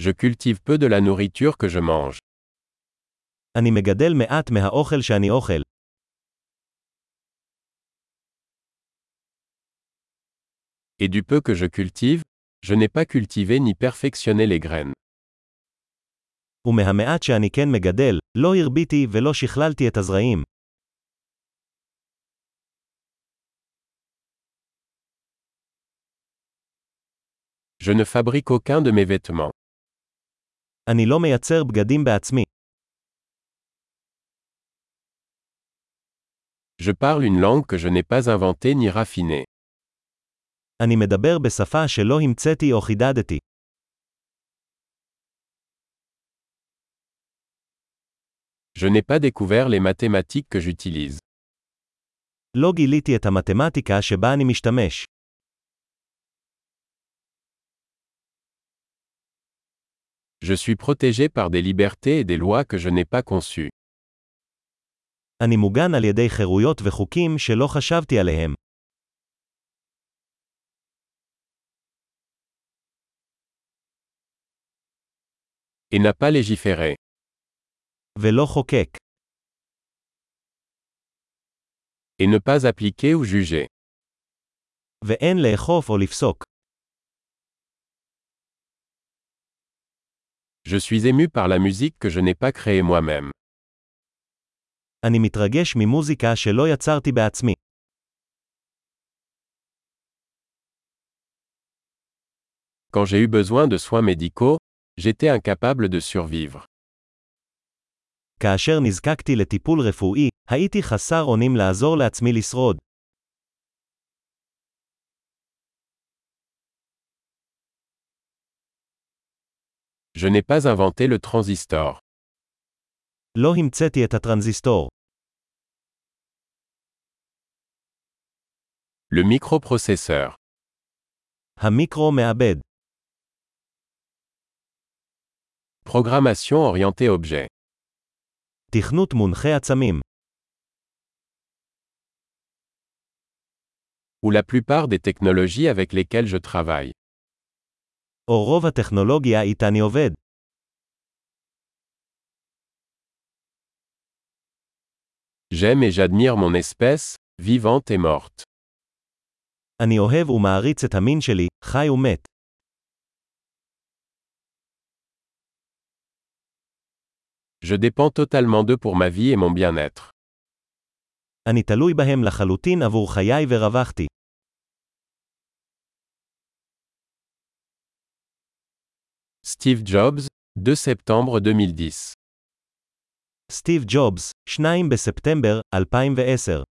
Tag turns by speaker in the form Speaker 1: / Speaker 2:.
Speaker 1: Je cultive peu de la nourriture que je mange.
Speaker 2: אני מגדל מעט מהאוכל שאני אוכל.
Speaker 1: Et du peu que je cultive, je n'ai pas cultivé ni perfectionné les graines.
Speaker 2: ומהמעט שאני כן מגדל, לא הרביתי ולא שכללתי את הזרעים.
Speaker 1: Je ne fabrique aucun de mes vêtements.
Speaker 2: אני לא מייצר בגדים בעצמי.
Speaker 1: Je parle une langue que je n'ai pas inventée ni raffinée.
Speaker 2: אני מדבר בשפה שלא המצאתי או חידדתי.
Speaker 1: Je n'ai pas découvert les mathématiques que j'utilise.
Speaker 2: לא גיליתי את המתמטיקה שבה אני משתמש.
Speaker 1: Je suis protégé par des libertés et des lois que je n'ai pas conçues.
Speaker 2: אני מוגן על ידי חירויות וחוקים שלא חשבתי עליהם.
Speaker 1: Et n'a pas légiféré.
Speaker 2: ולא חוקק,
Speaker 1: Et ne pas appliquer ou juger.
Speaker 2: ואין לאכוף או לפסוק.
Speaker 1: Je suis ému par la musique que je n'ai pas créée moi-même.
Speaker 2: אני מתרגש ממוזיקה שלא יצרתי בעצמי.
Speaker 1: Quand j'ai eu besoin de soins médicaux, j'étais incapable de survivre.
Speaker 2: כאשר נזקקתי לטיפול רפואי, הייתי חסר אונים לעזור לעצמי לשרוד.
Speaker 1: Je n'ai pas inventé le transistor.
Speaker 2: לא המצאתי את הטרנזיסטור.
Speaker 1: Le microprocesseur.
Speaker 2: המיקרו מעבד.
Speaker 1: Programmation orientée objet.
Speaker 2: תכנות מונחה עצמים.
Speaker 1: Ou la plupart des technologies avec lesquelles je travaille.
Speaker 2: או רוב הטכנולוגיה איתה אני עובד.
Speaker 1: J'aime et j'admire mon espèce, vivante et morte.
Speaker 2: אני אוהב ומעריץ את המין שלי, חי ומת.
Speaker 1: Je dépends totalement d'eux pour ma vie et mon bien-être.
Speaker 2: אני תלוי בהם לחלוטין עבור חיי ורווחתי.
Speaker 1: Steve Jobs, 2 septembre 2010.
Speaker 2: סטיב ג'ובס, 2 בספטמבר 2010